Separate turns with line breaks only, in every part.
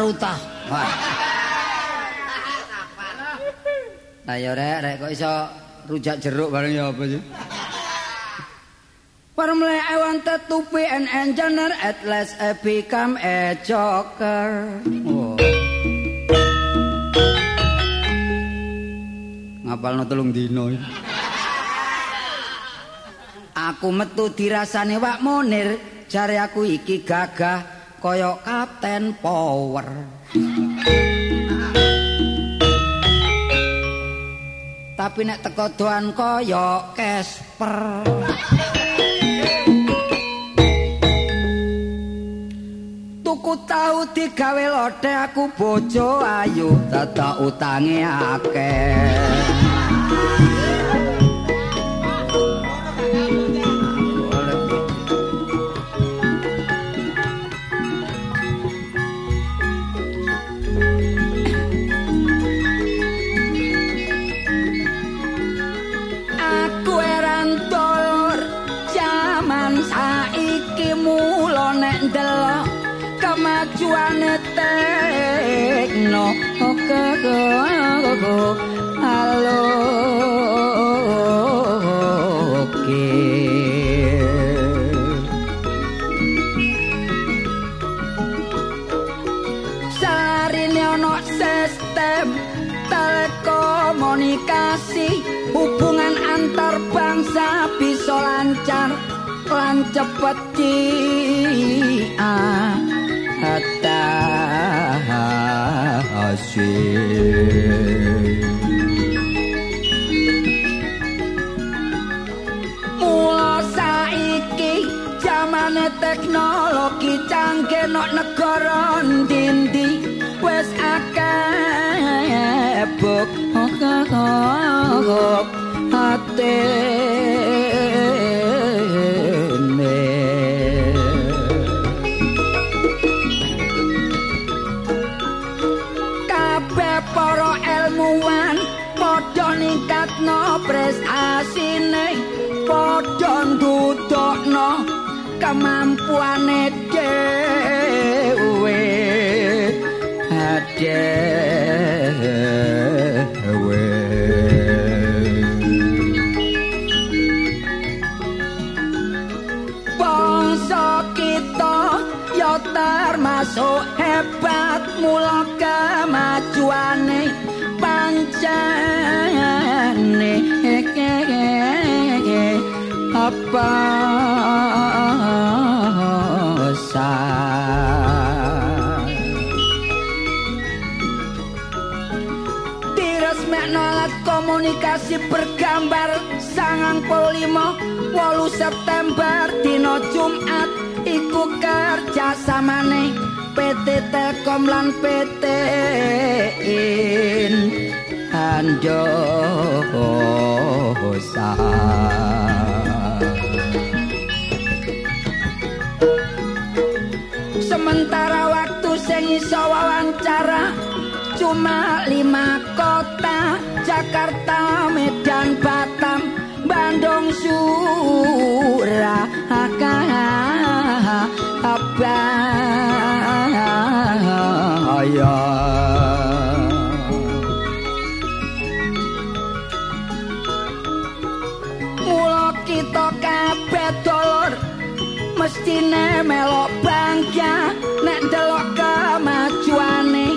utah.
Ah, Wah. Ayo rek, rek kok iso rujak jeruk bareng ya apa sih?
For me, I wanted to be an engineer. At last, I
eh,
become a joker.
Oh. Ngapalno telung dino. iki.
Aku metu dirasane Wak Munir, jare aku iki gagah kaya Kapten Power. Tapi nek teko doan kaya Casper. Tuku tahu digawe lodeh aku bojo ayu, dadak utange akeh. Aku eran dulur jaman saiki mula nek ndelok kemajuan teknologi halo oke Sarine ono sistem telekomunikasi hubungan antar bangsa bisa lancar lan cepet hatta Mula saiki zamane teknologi canggih nok negara ndi-ndi wis akeh buk atene. Kabeh para ilmuwan padha ningkatno prestasine, padha ndudukno kemampuane dhewe. Dhewe. Bangsa kita ya termasuk hebat mula kemajuane pancene apa sah diresmekno alat komunikasi bergambar sangang puluh lima wolu September dina Jumat iku kerja samane PT Telkom lan PT In Andosa Sementara waktu sing iso wawancara cuma lima kota Jakarta, Medan, Batam, Bandung, Surabaya. Mula kita kabeh dulur mestine melok bangga nek delok kemajuane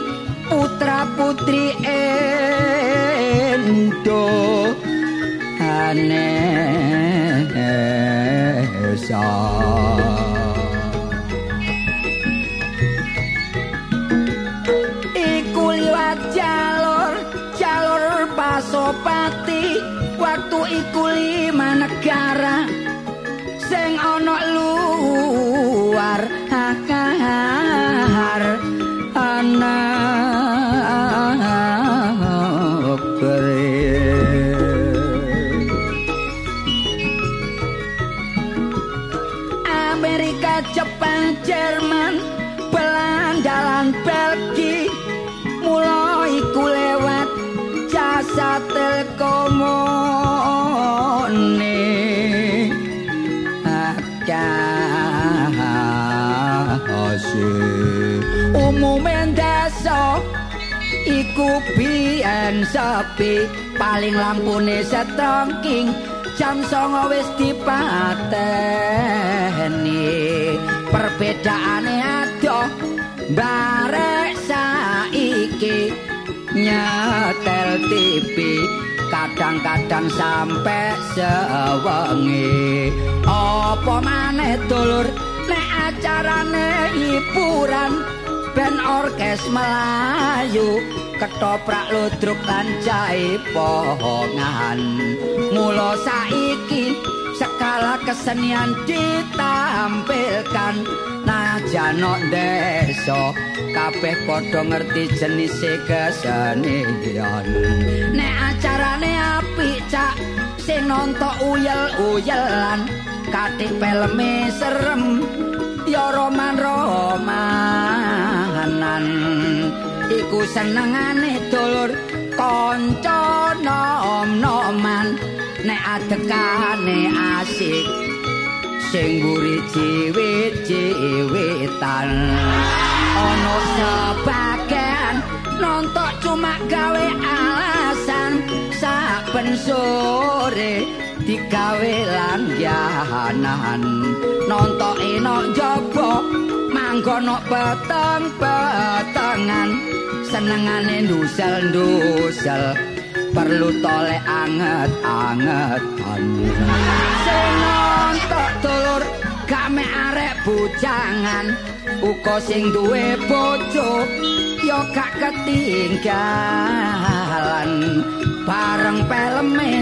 putra putri endo Indonesia iku liwat jalur jalur pasopati waktu iku lima negara sing ana luar akar ana Amerika, Jepang, Jerman, Belanda lan Belgia mula iku lewat jasa telkomune Akasi Umume ndas iku biyen sepi paling lampune setengking jam songo wis dipateni perbedaane adoh barek saiki nyetel TV kadang-kadang sampe sewengi apa maneh dulur nek acarane hiburan ben orkes Melayu ketoprak ludruk lan jahe pohongan mula saiki skala kesenian ditampilkan najan nok desa kabeh padha ngerti jenise kesenian nek acarane apik cak sing nonton uyel-uyelan katik peleme serem ya roman-romanan iku senengane dulur kanca nom-noman nek adekane asik sing mburi ciwit-ciwitan ana sebagian nonton cuma gawe alasan saben sore digawe langyahanan nonton enok jaba manggono peteng-petengan senengane ndusel-ndusel perlu tolek anget-angetan sing nonton dulur gak mek arek bujangan uga sing duwe bojo ya gak ketinggalan bareng peleme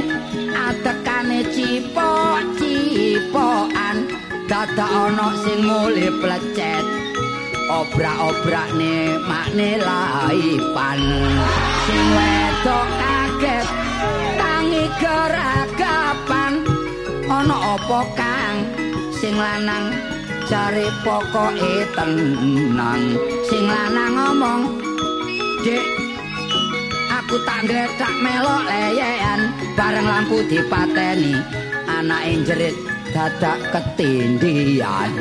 atekane cipok-cipokan dadak ana sing mule plecet obrak-obrakne makne laipan sing wedok kaget tangi geragapan ana apa kang sing lanang jare pokoke tenang sing lanang ngomong dik aku tak ngletak melok leyean bareng lampu dipateni anake jerit dadak ketindian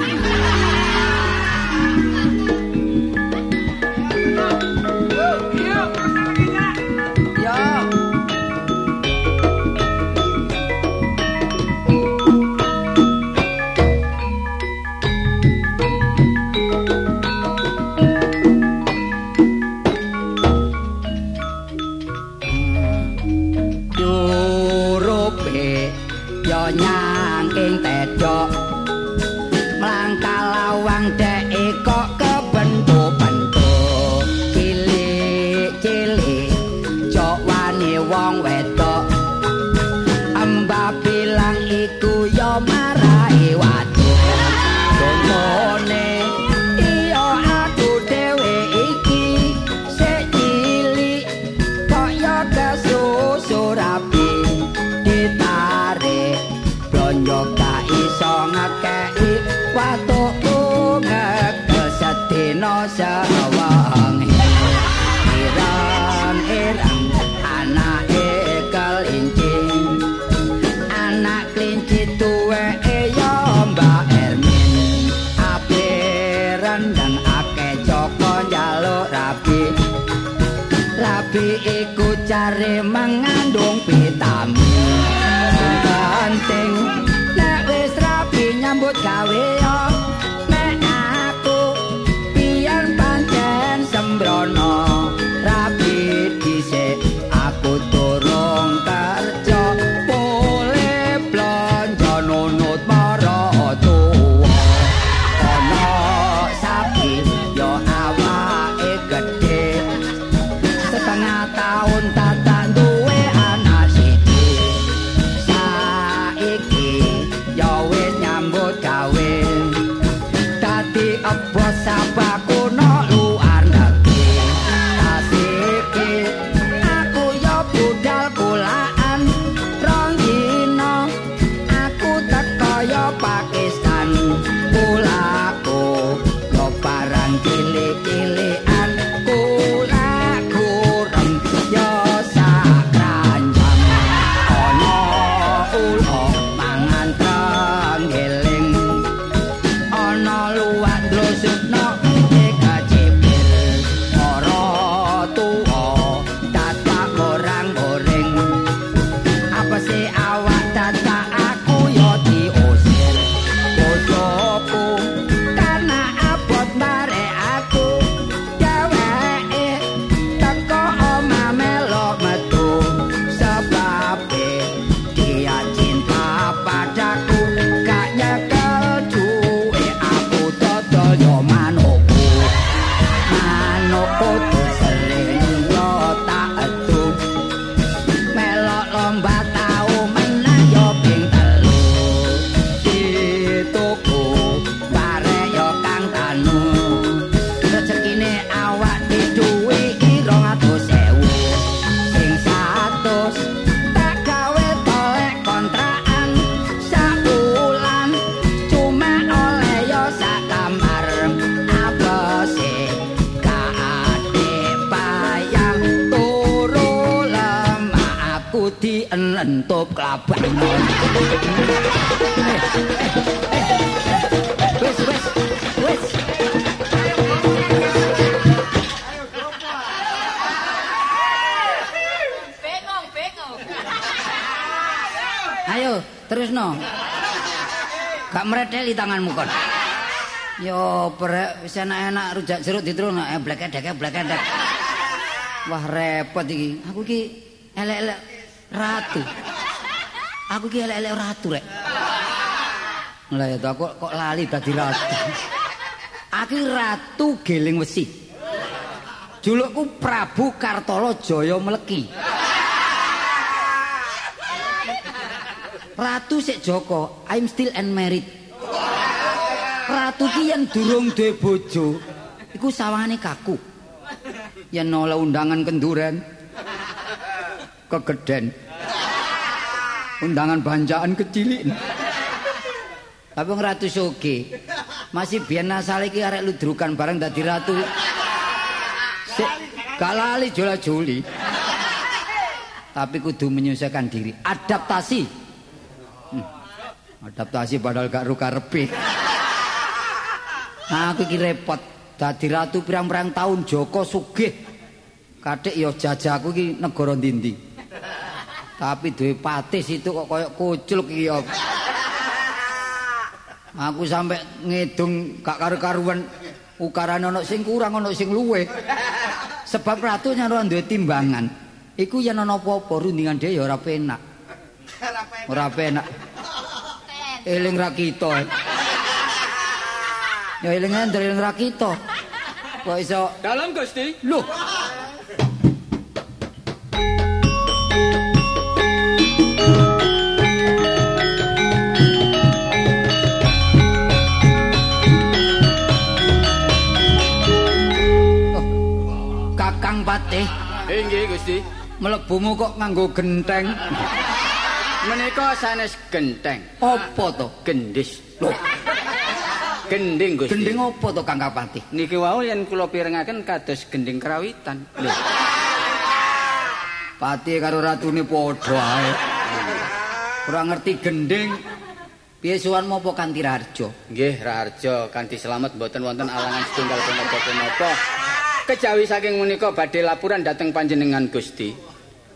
yo Yurupe yo nyangking tedok Melangkah lawang deke kok kebentuk-bentuk Cilik-cilik jowane wong wedok Embah bilang iku yo marai waduk Dongone iya aku dhewe iki sik cilik kaya kesusur api ditarik blonjo ka iso ngekeki watuku ngeges sedina sewengi ireng-ireng anake kelincing anak kelinci tuweke ya Mbak Ermin ape rendang akeh Joko njaluk rapi rapi iku cari mengandung vitamin Sing penting nek wis rapi nyambut gawe yo nek aku pian pancen sembrono rapi dhisik aku turung kerja boleh blonjo nunut mara tuwa ana sapi yo awake gedhe setengah taun tatak duwe anak siji saiki ya wis nyambut gawe lentup klabang. Eh, eh, eh. Wis wis wis.
Bengong, bengong.
Ayo, terusno. Gak mereteli tanganmu kon. Yo, prek wis enak-enak rujak jeruk Eh, diterusno eblek edek eblek edek. Wah, repot iki. Aku iki elek-elek ratu. Aku iki elek-elek ratu rek. Lah ya aku kok lali dadi ratu. Aku ratu geling wesi. Julukku Prabu Kartolo Jaya Meleki. Ratu sik Joko, I'm still unmarried. Ratu ki yen durung duwe bojo, iku sawangane kaku. Yen oleh undangan kenduren, kegeden. Undangan banjaan kecilin. Tapi wong ratu soge. Masih biyen asale iki arek ludrukan bareng dadi ratu. Sik gak lali jola-joli. Tapi kudu menyusahkan diri, adaptasi. Adaptasi padahal gak ruka repik. Nah, aku iki repot. Dadi ratu pirang-pirang tahun Joko sugih. Kathik ya jajaku iki negara ndi Tapi duwe patis itu kok koyok kucluk iki ya. Aku sampe ngedung gak karu-karuan ukarane ana sing kurang ana sing luwih. Sebab ratu nyaro duwe timbangan. Iku yen ana apa-apa rundingan dhewe ya ora penak. Ora penak.
Ten.
Eling ra kita. Ya eling ender eling ra kita. Kok iso Oh,
Dalam Gusti.
lho. Oh, Kakang Patih,
Inggih Eh, Gusti.
mlebumu kok nganggo genteng.
Menika sanes genteng,
Apa to?
gendis.
Loh,
Gending Gusti.
gendeng apa to Kakang Patih?
Niki wau yen kula pirengaken kados gending kerawitan. Lho,
Pati karo ratune padha ae. Ora ngerti gending. Piye suwanmu apa kanthi raharja?
nggih Raharja kanthi slamet mboten wonten alangan setunggal punapa-punapa. Kejawi saking menika badhe laporan dhateng panjenengan Gusti.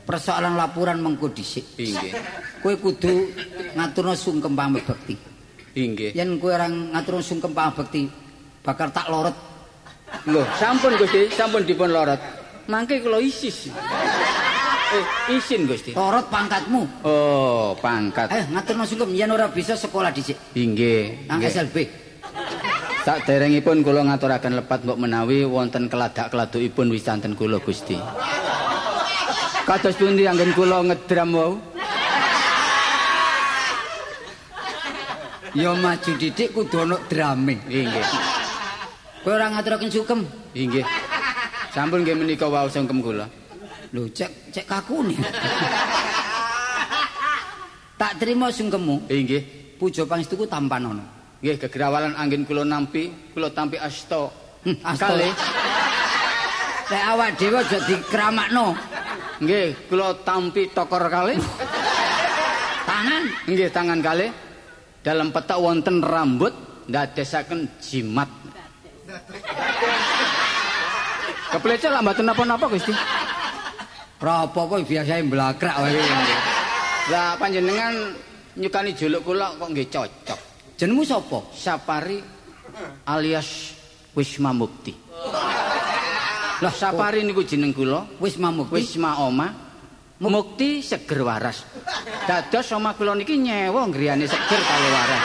Persoalan laporan mengko dhisik.
Inggih.
Kowe kudu ngaturno sungkem pamebekti.
Inggih.
Yen kowe ora ngaturno sungkem pamebekti, bakal tak loret.
Loh, sampun Gusti, sampun dipun lorot. Mangke kula isis. Eh, isin Gusti.
Loret pangkatmu.
Oh, pangkat.
Eh, ngaturno sungkem yen ora bisa sekolah dhisik.
Inggih.
Nang
nggih.
SLB.
Saderengipun kula ngaturaken lepat mbok menawi wonten keladak-keladukipun wisanten kula Gusti. Kados pundi anggen kula ngedram wau?
Ya maju didik kudu ana drame.
Inggih.
Kowe ora ngaturaken sungkem.
Inggih. Sampun nggih menika wau sungkem kula.
Lho, cek cek kakune. tak terima sungkemmu.
Inggih.
puja pangestuku tampan ana.
Nggih gegrawalan anggen kula nampi, kula tampi asta.
Hmm, asta.
Kalih.
Lek awak dhewe aja dikeramakno.
Nggih, kula tampi tokor kalih.
Tangan
Nggih tangan kalih. Dalam petak wonten rambut ndadesaken jimat. Keplecet lah mboten napa-napa Gusti.
Rapa kok biasae mblakrak wae.
Lah panjenengan nyukani juluk kula kok nggih cocok.
Jenengmu sapa?
Sapari alias Wisma Mukti.
Lah sapa?
Sapari niku jeneng kula,
Wis mamukti.
Wisma Oma. Mukti seger waras. Dados oma kula niki nyewa griyane seger kalih waras.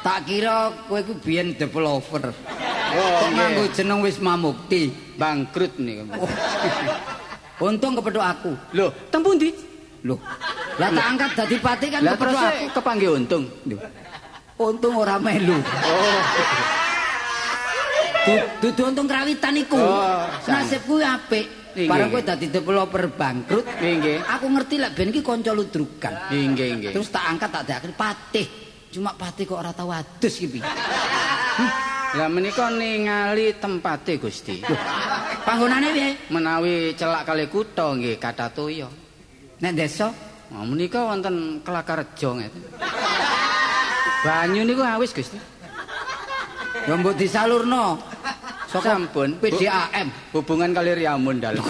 Tak kira kowe iku biyen developer.
Oh,
Kok nganggo jeneng wis mamukti.
bangkrut niku.
Oh. Untung kepethuk aku.
Lho, teng pundi?
Loh. Lah tak angkat dadi pati kan
Lah terus
kepethuk aku.
kepanggih untung.
Loh. Untung ora melu.
Oh,
Du- Dudu untung kerawitan iku.
Oh,
Nasibku apik.
Iya,
Barang
iya.
kowe dadi developer bangkrut,
nggih.
Aku ngerti lah ben iki kanca ludrukan.
Nggih, nggih.
Terus tak angkat tak dakake patih. Cuma patih kok ora tau adus iki. piye.
Lah menika ningali tempate Gusti.
Panggonane piye?
Menawi celak kali kutha nggih kathah toya.
Nek desa
Nah, menika wonten Kelakarejo ngeten. Banyu niku awis, Gusti.
ya mbok disalurno. Saka
Sampun.
PDAM.
Hubungan kali Riamun dalu.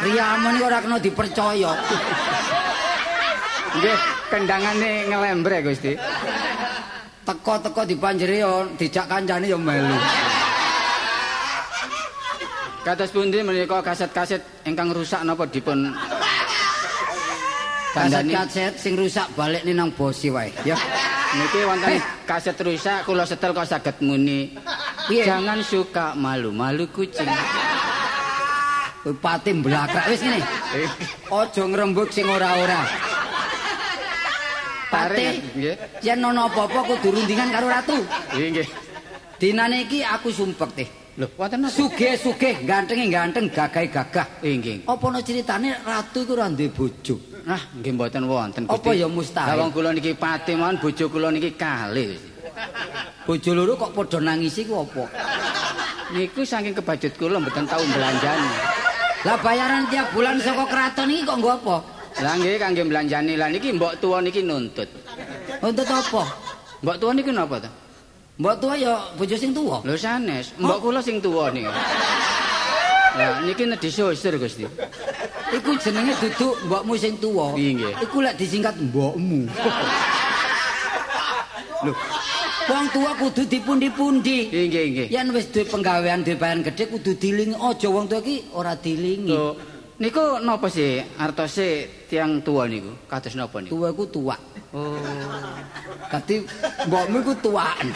Riyamu niku ora kena dipercaya.
Nggih, kendangane ngelembre, Gusti.
Teko-teko dipanjeri yo dijak kancane yo melu.
Kados pundi menika kaset-kaset ingkang rusak napa dipun kandhani?
Kaset-kaset sing rusak balik nih nang bosi wae.
Ya, niki
Eh.
wonten kaset rusak kula setel kok saged muni.
Piye?
Jangan suka malu-malu kucing.
Kowe pati blakrak wis ngene.
Eh,
Aja ngrembug sing ora-ora.
tarik,
Pati,
nggih.
yen ana apa-apa kudu rundingan karo ratu.
Iya, nggih.
Dinane iki aku sumpek teh.
Lho, wonten napa?
Sugih-sugih, ganteng-ganteng, gagah-gagah.
Eh, nggih.
Apa ana ceritane ratu iku ora duwe bojo?
Nah, nggih mboten wonten
Apa ya mustahil?
Lah wong kula niki pati mawon bojo kula niki kalih.
Bojo loro kok padha nangis iku apa?
Niku saking kebajut kula mboten tau belanjani.
Lah bayaran tiap bulan saka keraton iki kok nggo apa?
Lah nggih kangge belanjani lah niki mbok tuwa niki nuntut.
Untuk apa?
Mbok tuwa niki napa to?
Mbok tua ya bojo sing tuwa.
Lho sanes, mbok kula sing tuwa niku. Lah niki nedhi susur Gusti.
Iku jenenge duduk mbokmu sing tuwa.
Iya, nggih.
Iku lek disingkat mbokmu. Lho, wong tuwa kudu dipundi-pundi.
Nggih nggih nggih.
Yen wis duwe penggawean duwe bayaran gedhe kudu dilingi. Aja wong tuwa iki ora dilingi.
Lho niku napa sih artose tiang tuwa niku? Kados napa niku?
Tuwa iku tuwa.
Oh.
Dadi mbokmu iku tuwaan.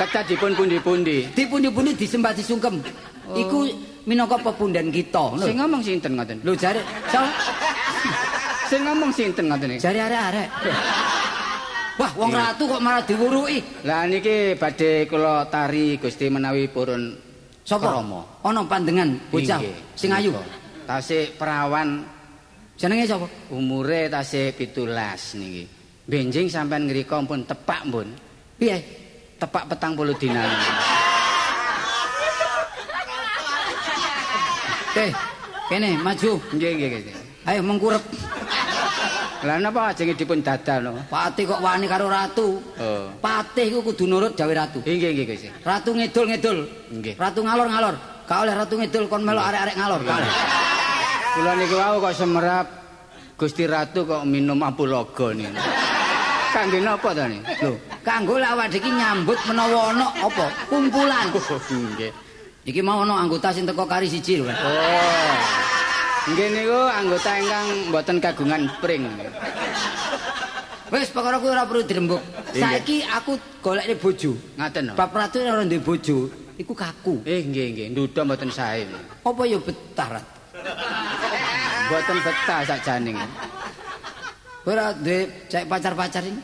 Kedah dipun pundi-pundi.
Dipundi-pundi disembah disungkem.
Oh.
Iku minangka pepundan kita.
Sing
Lho,
ngomong sinten ngoten?
lho jare so,
Sing ngomong sinten ngoten niku?
jare arek-arek. Wah, wong ratu kok malah diwuruki.
Lah niki badhe kula tari Gusti menawi purun
Sapa?
krama.
Ana pandengan bocah
Inggih,
sing ayu.
menika. Tasik perawan
Jenenge sapa?
umure tasik 17 niki. Benjing sampean ngriko pun tepak pun.
Piye?
Tepak petang puluh dina.
Eh, kene maju.
Nggih nggih Gusti.
Ayo mengkurep.
Lah napa ajenge dipun dadal no?
Patih kok wani karo ratu.
Oh.
Patih iku kudu nurut gawe ratu.
Nggih nggih nggih Gusti.
Ratu ngidul-ngidul.
Nggih.
Ratu ngalor-ngalor. Ka oleh ratu ngidul kon melok arek-arek ngalor. Ka oleh.
Kula niku wau kok semerap Gusti Ratu kok minum ampulaga niku. Kangge napa to niku?
Lho, kanggo lak awake iki nyambut menawa ana apa? Kumpulan.
Nggih.
Iki mau ana anggota sing teko kari siji lho. Kan.
Oh. Nggih niku anggota ingkang mboten kagungan pring.
Wis perkara kuwi ora perlu dirembuk.
Iya.
Saiki aku golekne bojo.
Ngaten no.
Bab ratu ora duwe bojo, iku kaku.
Eh nggih nggih, nduda mboten sae.
Apa ya betah rat?
Mboten betah sakjane.
Ora duwe cek pacar-pacar ini.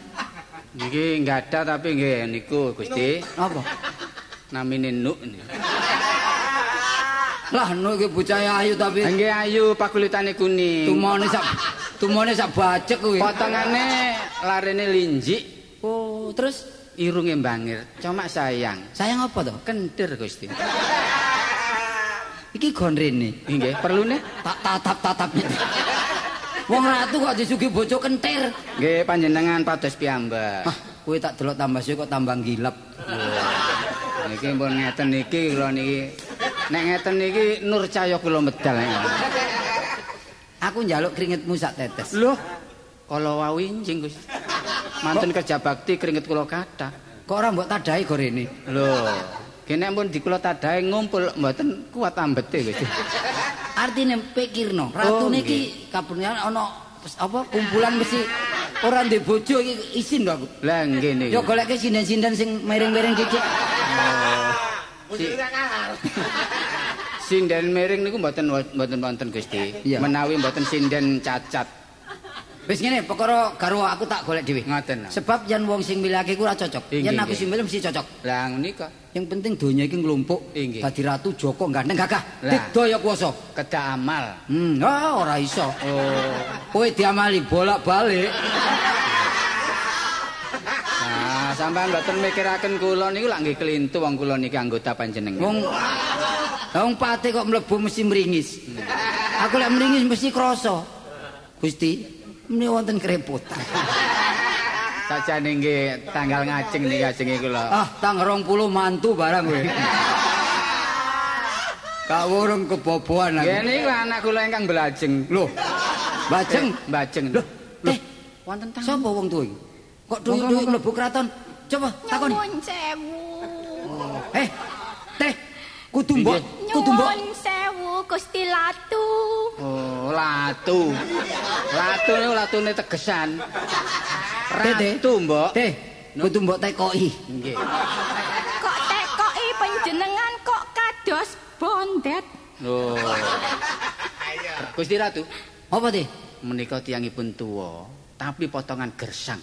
Niki nggadah tapi nggih niku Gusti
Apa?
namine Nuk niku.
Lah nu iki bocah ayu tapi
Nggih ayu pakulitane kuning.
tumone sak tumone sak bajek kuwi.
Potongane larene linjik,
Oh, terus
irunge mbangir. Cuma sayang
sayang apa to?
kentir Gusti.
Iki gon rene.
Nggih, perlune
Tak tatap-tatapnya. Wong ratu kok disugi bojo kentir.
nggih panjenengan pados piyambak.
Hah, kowe tak delok tambah suwe kok tambah gilap.
Niki pun ngeten niki kula niki. Nek ngeten niki nur cahya kula medal.
Aku njaluk keringetmu sak tetes.
Lho, kala wau injing Gusti. Manten kerja bakti keringet kula kathah.
Kok ora mbok tadahi go rene?
Lho, kene pun dikula tadahe ngumpul mboten kuat ambete Gusti.
Artine pikirno, ratu
Oh,
niki kabeneran ana apa kumpulan mesti ora ndek bojo iki isin lho aku.
Lah ngene.
Yo goleke sinden-sinden sing miring-miring dikit.
Sinden miring niku mboten mboten wonten Gusti.
Iya.
Menawi mboten sinden cacat.
Wis ngene, perkara karo aku tak golek dhewe.
Ngoten.
Sebab yen wong sing milih aku ora cocok.
Inggih,
Yen aku
inggih.
sing milih mesti cocok.
Lah nika
Yang penting donya iki nglumpuk.
Inggih.
Dadi ratu Joko ganteng gagah.
Lah.
Digdaya kuwasa.
kedah amal.
Hmm, ah, ora iso.
Oh.
Kowe diamali bolak-balik.
Nah, sampean Ah, mboten mikiraken kula niku lak nggih kelintu wong kula niki anggota panjenengan.
Wong Wong pate kok mlebu mesti meringis. Aku lek mringis mesti krasa. Gusti, mriki wonten kerepotan.
Sajane nggih tanggal ngajeng niki ngajeng kula.
Ah, tang 20 mantu barang kowe. Kak urung keboboan
Nggih
aku.
niku anak kula ingkang blajeng.
Loh, bajeng.
Eh, Bajeng.
Loh, eh, wonten tang. Sapa wong tuwa iki? Kok duyu-duyu mlebu keraton? Coba takoni.
Nyuwun sewu.
Eh, teh, kudu mbok, kudu mbok.
Nyuwun sewu Gusti Latu.
Oh, latu. Latu niku latune tegesan.
Teh,
Ratu, Mbok.
Teh, kudu mbok tekoki.
Nggih.
Kok tekoki panjenengan kok kados bondet.
Loh. Gusti Ratu,
Apa teh?
menika tiyangipun tuwa, tapi potongan gersang.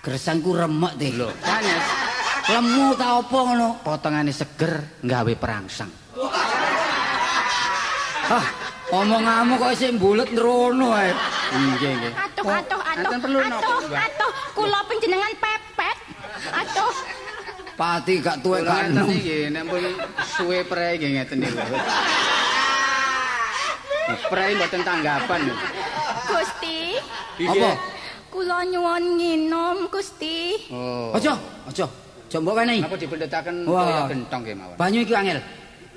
Gersangku remek teh.
Loh, kanes
Lemu ta apa ngono?
potongane seger nggawe perangsang.
Hah, omonganmu Ah, kok isih bulet nrono ae.
Nggih, nggih.
Atuh
Kok-
atuh atuh.
Enten perlu napa,
Atuh
Mbak?
atuh kula panjenengan pepet. Atuh.
Pati gak tuwek
Kula
gak
ngeten
enom.
iki nek pun suwe prei nggih ngeten niku. Prei mboten tanggapan. lho.
Gusti,
Apa?
kula nyuwun nginom Gusti.
Oh.
Aja, aja. Jombo kene.
Apa dipendetaken
Wah.
kaya gentong nggih mawon.
Banyu iki angel.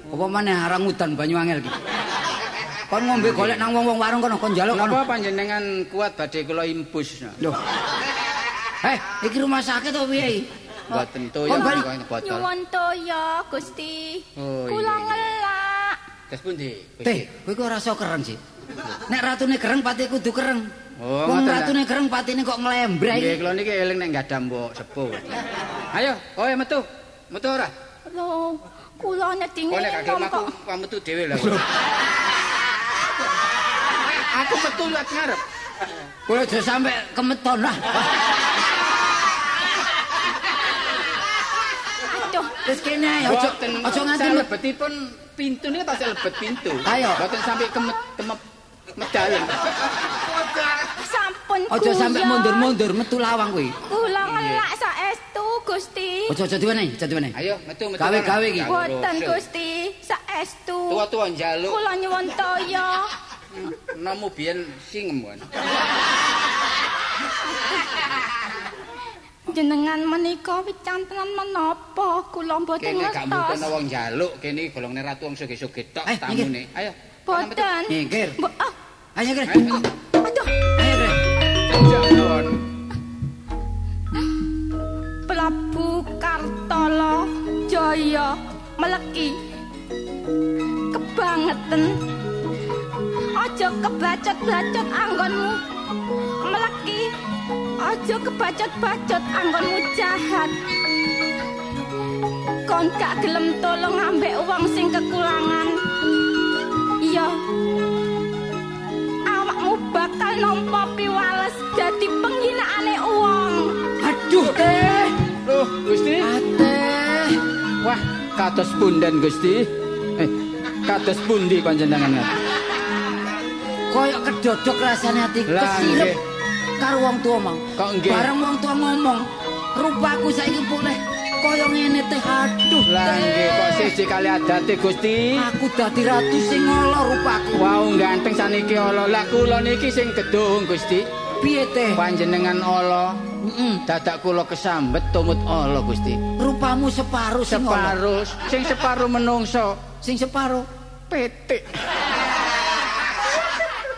Apa maneh arang udan banyu angel iki. Kon ngombe golek nang wong-wong warung kono kon njaluk kono.
Napa panjenengan kuat badhe kula imbus? no?
Loh. Eh, iki rumah sakit apa piye iki?
Mboten
Kon
toya
bali.
kaya botol.
Nyuwun toya Gusti.
Oh, iya,
Kula
iya.
ngelak.
Terus pundi?
Teh, kowe kok ora iso kereng sih. Nek ratune kereng pati kudu kereng.
Oh,
Wong
ngoten, Kak.
ratune kereng patine kok ngelembreh iki.
Nggih, kula niki eling nek enggak ada mbok sepuh. Ayo, kowe metu. Metu ora?
Lho, kula nedhi
Kowe nek gak
nginom
gelem aku
kok.
aku metu dhewe lho. Aku metu liwat ngarep.
Kowe aja sampe kemeton lah.
Aduh,
Wis kene ae, aja aja nganti met-
lebetipun pintu niku tasih lebet pintu.
Ayo.
Mboten sampe kemet kemep medal.
sampun
aja sampe
guyon.
mundur-mundur metu lawang kowe.
Kula ngelak saestu Gusti.
Oh,
Aja aja diwene, aja diwene.
Ayo metu metu.
Gawe- gawe iki.
Boten Gusti, saestu.
Tua-tua njaluk
Kula nyuwun toya.
nomu biyen singem kan.
Jenengan menika wicantenan menapa? Kula mboten
Kene gak mungkin
ngertos.
wong njaluk, kene iki golongne ratu wong sugih-sugih tok
Eh,
tamune. Ayo.
Boten.
Minggir.
Bo- ah,
Ayo kene.
Aduh,
Ayo kene.
Jangan.
Prabu Kartolo Jaya meleki kebangeten aja kebacot-bacot anggonmu meleki aja kebacot-bacot anggonmu jahat kon gak gelem tolong ambek wong sing kekurangan iya awakmu bakal nampa piwales dadi pengginaane wong
Aduh teh.
Loh, Gusti.
Ateh.
Wah, kados punden Gusti. Eh, kados pundi panjenengan?
Koyok kedodok rasane ati
Lah,
kesirep
nggih.
karo wong tuwa mang.
Kok nggih?
Bareng wong tuwa ngomong, rupaku saiki pulih kaya ngene teh. Aduh
Lah nggih kok
teh.
siji kali adate Gusti.
Aku dadi ratu sing ngolo rupaku.
Wau ganteng saniki ala lah kula niki sing gedung Gusti.
Piye teh?
Panjenengan ala
Mm-mm.
dadak kula kesambet tumut ala Gusti.
Rupamu separuh sing ngolo.
Separuh sing separuh menungso
Sing separuh.
petik.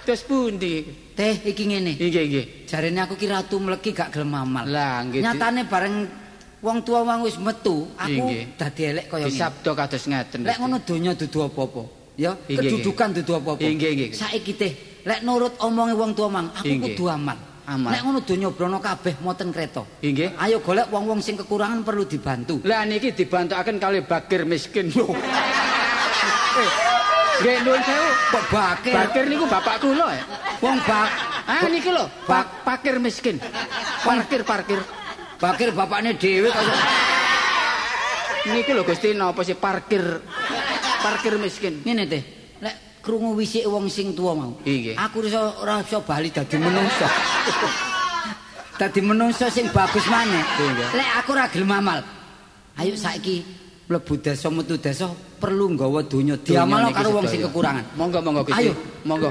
Terus pundi?
Teh iki ngene.
Iki iki.
Jarene aku ki ratu mleki gak gelem amal.
Lah nggih. di-
Nyatane bareng wong tuwa wong wis metu, aku
Nggih.
dadi elek kaya ngene.
Disabda kados ngaten.
Oh, Lek
Gusti.
ngono donya dudu apa-apa, ya.
Inggih,
Kedudukan dudu apa-apa.
Inggih, inggih.
Saiki teh, lek nurut omonge wong tua mang, aku
Inggih.
kudu amal.
Amal.
Lek ngono donya brono kabeh moten kreta.
Inggih.
Ayo golek wong-wong sing kekurangan perlu dibantu.
Lah niki dibantukaken kali bakir miskin lho. Eh, Nggih nuwun sewu.
Kok bakir?
Bakir niku bapak kula ya.
Wong bak
Ah niki lho, bak parkir miskin. Parkir parkir.
bakir bapakne dhewe kaya
Niki lho Gusti napa sih parkir? Parkir miskin.
ngene teh. Lek krungu wisik wong sing tua mau.
Inggih.
Aku iso ora iso bali dadi menungso. dadi menungso sing bagus maneh.
Inggih.
Lek aku ora gelem amal. Ayo saiki mlebu desa metu desa perlu nggawa donya diamalno
niki
karo wong
sedaya.
sing kekurangan.
Monggo monggo Gusti.
Ayo.
monggo.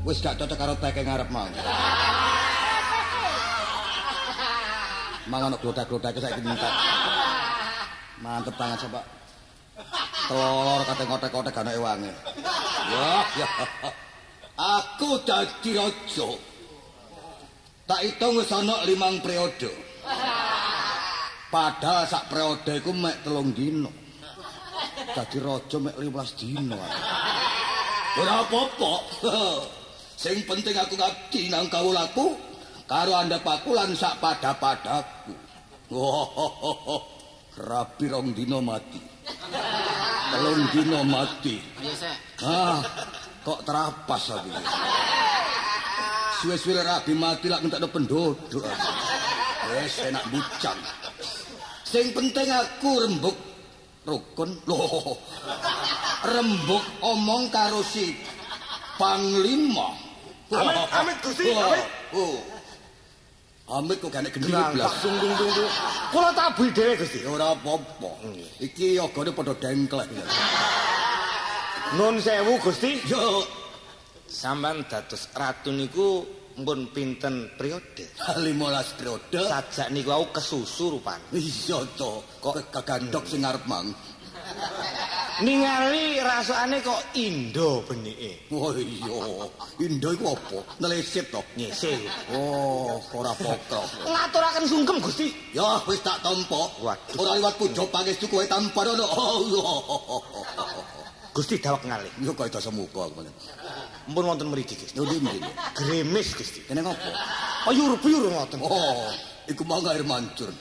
Wis gak cocok karo teke ngarep mau. Mang ana glodak-glodake saiki minta. Mantep tangan sebab telor kate kotek-kotek gak ana ewange. Ya, ya. Aku dadi raja. Tak hitung wis ana limang periode. Padahal sak periode iku mek telung dino. Dadi raja mek 15 dino. aku. Ora apa-apa. Sing penting aku ngabdi nang kawulaku karo andhapaku lan sak pada-padaku. Oh, Rapi rong dina mati. Telung dina mati. Ah, kok terapas aku. Suwe-suwe rabi mati lak entekno penduduk. aku. Wes enak bucang. Sing penting aku rembug rukun. Loh. rembuk omong karo si panglima. Amit, amit Gusti, amit. Oh. Amit kok gane gendhi blas.
Langsung dung dung dung. Kula tabui dhewe Gusti.
Ya ora apa-apa. Iki yogane padha dengklek.
Nun sewu Gusti.
Yo,
Sampeyan dados ratu niku mpun pinten periode?
15 periode.
Sajak niku aku kesusu rupane.
Iya to, kok kagandok sing arep mang.
Ningali rasane kok Indo benike.
Oh iya, Indo iku apa? Nelesit to.
Nyisih.
Oh, ora pokok.
Ngaturaken sungkem Gusti.
Ya wis tak tampa.
Waduh.
Ora liwat pujo pangestu kowe tampar ono. Oh,
Gusti dawek ngalih.
Yo kok iso muka aku meneh.
Mpun wonten mriki Gusti.
Yo ndi ndi.
Gremes Gusti.
Kene ngopo?
Payur-payur ngoten.
Oh, iku mau air mancur.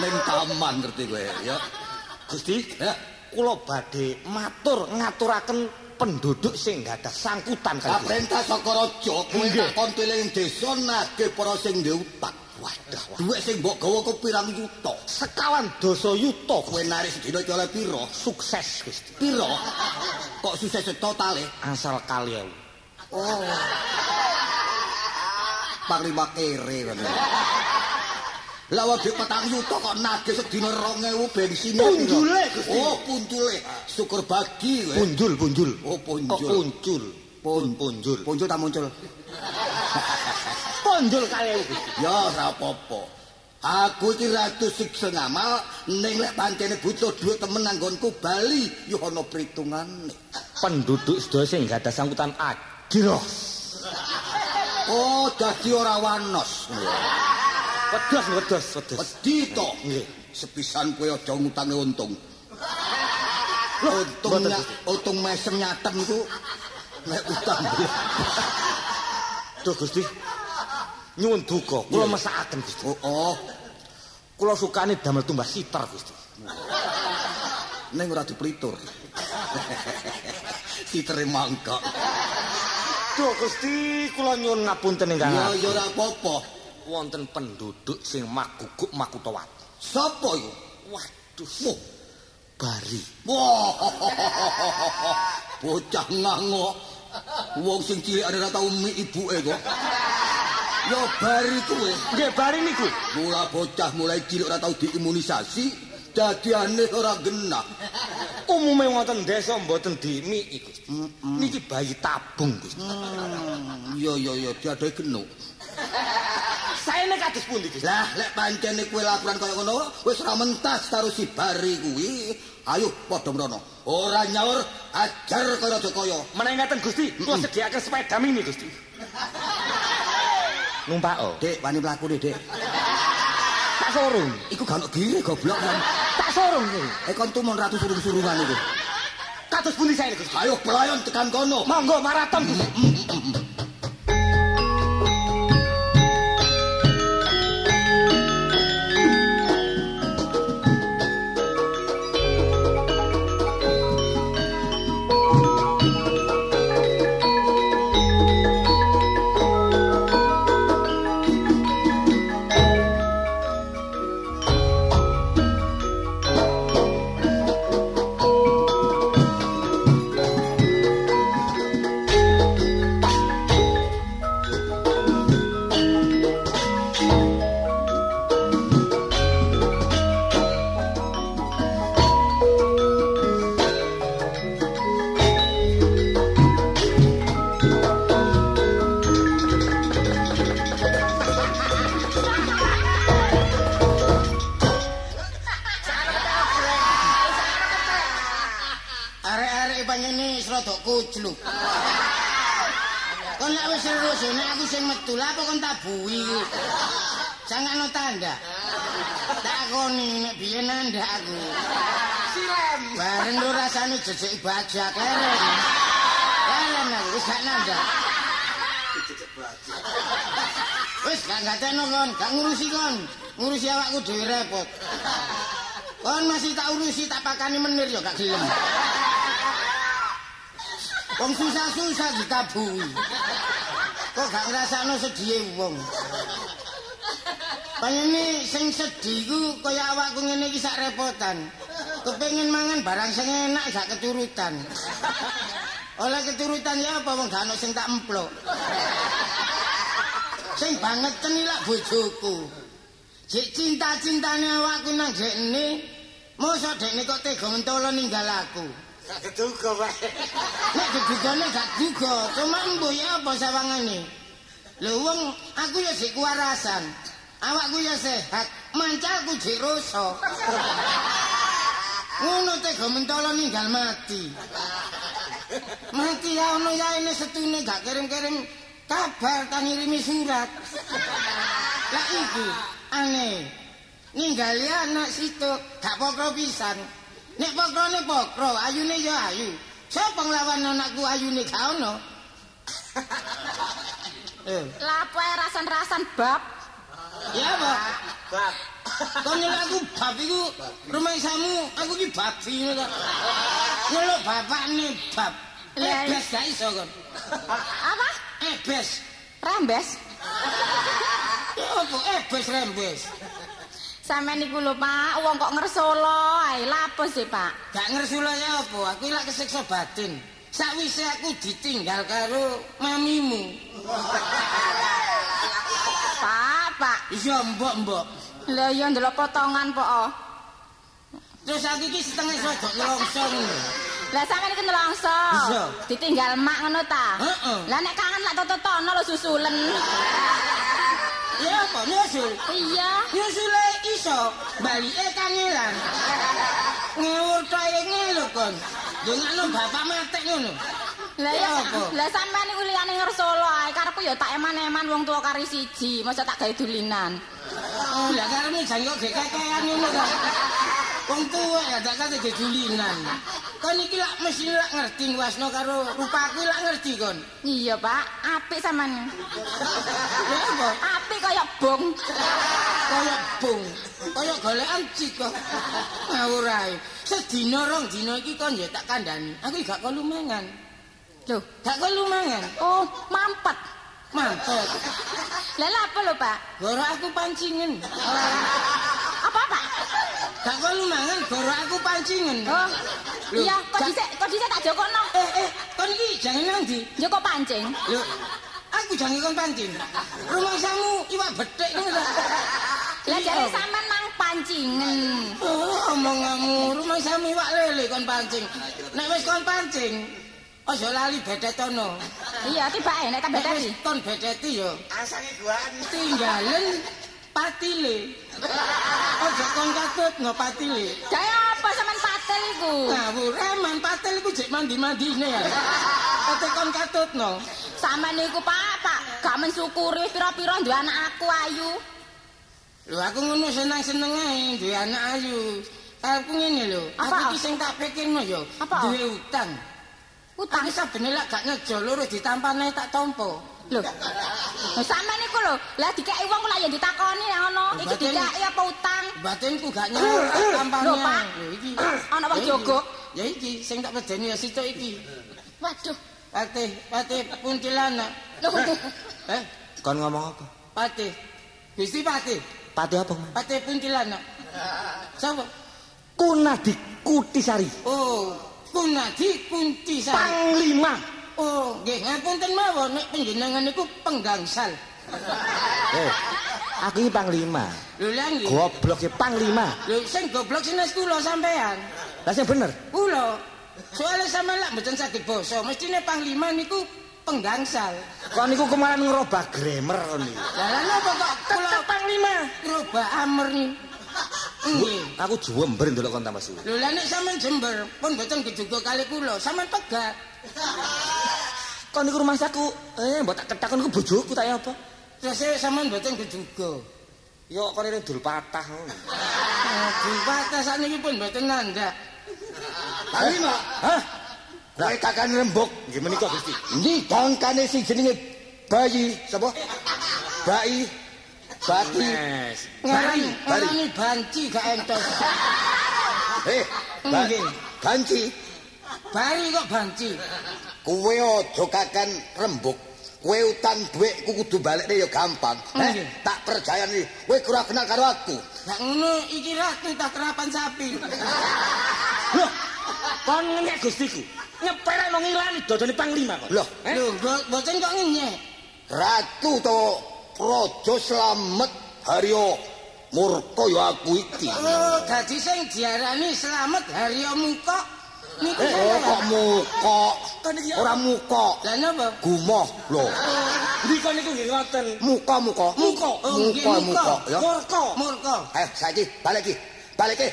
Ning taman ngerti kowe ya.
Gusti,
Ya.
kula badhe matur ngaturaken penduduk sing gadah sangkutan kan Gusti.
Kaperintah saka raja kowe tak kon eling desa nagih para sing duwe utang.
Wadah, wadah.
Duit sing mbok gawa ku pirang yuta.
Sekawan dosa yuta
Kowe
Gusti.
narik sedina iki oleh pira?
sukses Gusti.
Pira? Kok sukses totale?
Asal kali ewu.
Oh. Panglima kere kan. Lah wae petang yuta kok nagih sedina 2000 bensin.
Punjule, Gusti.
Oh, punjule. Syukur bagi kowe.
Punjul, punjul.
Oh, punjul.
Kok punjul? Pun, punjul.
Punjul tak muncul.
Punjul kali ewu. Gusti.
Ya ora apa-apa. Aku iki ratu siksa ngamal ning lek pancene butuh dhuwit temen nanggonku Bali ya ana perhitungane.
Penduduk sedaya sing gadah sangkutan agiros.
Oh, dadi ora wanos.
Wedos, wedos, wedos.
Wedi to.
Nggih.
Sepisan kowe aja ngutangi untung. Untung
mboten,
nya-
Gusti.
untung mesem nyatem iku nek utang.
Duh Gusti. Nyuwun duka, kula mesakaken Gusti.
Oh, oh.
Kula sukane damel tumbas siter Gusti.
Neng ora diplitur. Diterima engkau.
Duh Gusti, kula nyuwun ngapunten ingkang
Ya
agung.
ya ora apa-apa.
wonten penduduk sing maguguk makutawati.
Sapa iku?
Waduh,
Wah,
bari.
Wah, bocah ngangok. Wong sing cilik ora tau mi ibuke kok. Ya bari kuwe.
Nggih, bari niku.
Mula bocah mulai cilik ora tau diimunisasi, dadi aneh ora genah.
Umume wonten desa mboten dimiki, Gusti. Niki bayi tabung, Gusti.
Hmm, Iya iya iya diadoi genuk.
saene kados pundi Gusti?
Lah, lek pancen kowe laporan kaya ngono, wis ora mentas karo si Bari kuwi. Ayo padha mrono. Ora nyaur, ajar kaya aja kaya.
Menawi ngaten Gusti, kula sediaken sepeda mini Gusti. Numpak oh.
Dik, wani mlakune, Dik.
Tak sorong.
Iku gak ono gire goblok kan.
Tak sorong kuwi.
Eh kon tumon ratu surung-surungan iku.
Kados pundi saene Gusti?
Ayo pelayon tekan kono.
Monggo maraton Gusti.
Arek-arek panjene serodok kucluk. Kon nek wis seru sene aku sing metu lha apa kon tabuhi. Sangano tanda. Takoni nek biyen nandak aku.
Silem.
Bareng lu rasane jejeki bajak leren. Leren aku wis gak nandak. Wis gak ngateno kon, gak ngurusi kon. Ngurusi awakku dhewe repot. Kon masih tak urusi tak pakani menir yo gak gelem. Wong susah-susah ditabuhi. Kok gak ngrasakno sedhihe wong. Panyene sing sedih ku kaya awakku ngene iki sak repotan. Kepengin mangan barang sing enak gak keturutan. Oleh keturutan ya apa wong gak ono sing tak emplok. Sing banget tenilak bojoku. Jek cinta-cintane awakku nang jekne, mosok dekne kok tega mentolo ninggal aku.
Keduga wae.
Nek gedugane gak duga, cuma mbuh ya apa sawangane. Lho wong aku ya sik kuwarasan. Awakku ya sehat, mancaku jek rusa. Ngono tega mentolo ninggal mati. Mati ya ono ya ini setune gak kirim-kirim kabar, tak ngirimi surat. Lah iki aneh. Ninggali anak situ gak pokro pisan. Nek pokrone pokro, ayune ya ayu. Sapa nglawan anakku ayune gak ono? Eh,
Lapo ae rasan-rasan bab.
ya apa? Kon nek aku bab iku rumah isamu, aku ki babi ngono to. Ngeluk bapakne bab.
Lah,
Ebes gak iso kon.
Apa?
Ebes.
Rambes.
Ya apa ebes rembes?
Sampeyan niku lho, Pak, wong kok ngersolo ae lapo sih, Pak?
Gak ngersula ya apa, aku lak kesiksa batin. Sakwise aku ditinggal karo mamimu.
Pak, Pak.
Iya mbok mbok.
Lah ya ndelok potongan po. oh. o.
Terus aku iki setengah sodok ngelongsong. lho.
Lah sampeyan iki nelongso.
Iya.
Ditinggal mak ngono ta?
Heeh.
Lah nek kangen lak tototono lho susulen.
Ya apa nyusul?
Iya.
Nyusul ae iso balike kangelan. Ngewur toye ngeluk kon. Dongakno bapak matek ngono.
Lah
Ya
ya,
apa?
lah sampeyan niku liyane ngersolo ae karepku ya tak eman-eman wong tuwa kari siji, masa tak gawe dulinan.
Oh, lah karemu jan kok gek kekean ngono kok. Wong tuwa ya tak kate gejulinan. Kon iki lak mesti lak ngerti wasno karo rupaku lak ngerti kon.
Iya, Pak. Apik sampean.
Ya apa?
Apik kaya bong.
Kaya bung, kaya golekan ciko. Ngawur ae. Sedina rong dina iki kon ya tak kandhani. Aku gak kok lumangan.
Loh,
Gak kok lumangan.
oh, mampet.
Mampet.
Lah lha apa lho, Pak?
Goro aku pancingen.
Apa, Pak?
Gak kok lumangan, goro aku pancingen.
Oh.
Loh,
Iya, kok
Kak-
dhisik, kok dhisik tak jokokno.
Eh eh, kon iki jangan nang ndi?
Joko pancing.
Lho, aku jangan kon pancing. Rumah samu iwak betik ngono ta.
Lah
Iya.
jare sampean mang pancingen.
Oh, omonganmu, rumah samu iwak lele kon pancing. Nek wis kon pancing, Aja lali bedetono.
Iya, tiba ae nek tambah teri.
Wis Ton bedeti yo.
Asange guan.
Tinggalen patile. Aja kon katut no patile.
Gaya apa sampean patel iku?
Ngawur eman patil iku jek mandi-mandine ya. Kate kon katut no.
Sampean niku Pak, Pak, gak mensyukuri wis pira-pira duwe anak aku ayu.
Lho aku ngono seneng-seneng ae duwe anak ayu. Aku ngene lho,
Apa?
aku iki sing tak pikirno yo,
Apa?
duwe utang.
Utang.
Aku sabene lak gak ngejo loro ditampane tak tampa.
Lho. Lah sampean niku lho, lah dikeki wong lah ya ditakoni ya ngono. Iki
Berarti-
dikeki apa utang?
Batinku gak nyaur tak tampane.
Eh, Lho, Pak. Eh,
Lho, iki.
Ana wong
Ya iki.
jogok.
Ya iki sing tak wedeni ya sitok iki.
Waduh.
Patih, patih puntilanak.
Lho.
Eh,
Kon ngomong apa?
patih. Gusti patih,
Pati apa, Mas?
patih puntilanak.
Eh.
Sapa?
Kunadi Kutisari.
Oh, Kunadi Kuntisari.
Panglima.
Oh, nggih ngapunten mawon nek panjenengan niku penggangsal.
Eh, aku ini panglima.
Lho lha nggih.
Goblok ya panglima.
Lho sing goblok sines kula sampean.
Lah sing bener.
Kula. Soale sampean lak mboten saged basa, mestine panglima niku penggangsal.
Kon niku kemarin ngerubah grammar kon niku.
Lah lha napa kok kula panglima ngrubah amer ni. Nggih.
Aku juwember ndelok kon tambah suwe.
Lho lha nek sampean jember, pun mboten gejuga kali kula, sampean pegat.
Kon niku rumah saku. Eh, mbok tak ketakon niku bojoku tak apa?
Terus eh, sampean mboten gejuga.
Yo kon ini dul patah ngono.
Dipatah sakniki pun mboten nandak.
Panglima,
Hah?
kowe kakang rembug.
Nggih menika Gusti.
Ini kongkane sing jenenge bayi, sapa? Bayi Bati.
Yes.
Ngaran,
Bari, bari.
ngarani banci gak entos.
Eh, ba
Nggih.
Banci,
Bari kok banci.
kowe aja kakang rembug. Kowe utang dhuwitku kudu balekne ya gampang.
Nggih.
Eh, tak percayani. Kowe ora kenal karo aku.
Gak ngono iki ratu tak kerapan sapi.
Eh?
Loh, kon ngenyek Gustiku. Nyepere nang ngilani dodone panglima kon.
Loh,
Eh?
Lho, bo- mboten kok ngenyek.
Ratu to Raja Slamet Haryo murka ya aku iki.
Oh, dadi sing diarani slamet Haryo Mukok
Eh,
niku
oh, kok
sampean.
muka?
Kon iki
Ora muka.
Lah napa?
Gumoh lho.
Ndi kon niku nggih ngoten.
Muka muka.
Muka. Oh, nggih,
muka
muka.
muka ya.
Murka.
Murka.
Ayo saiki balik iki. Balik iki.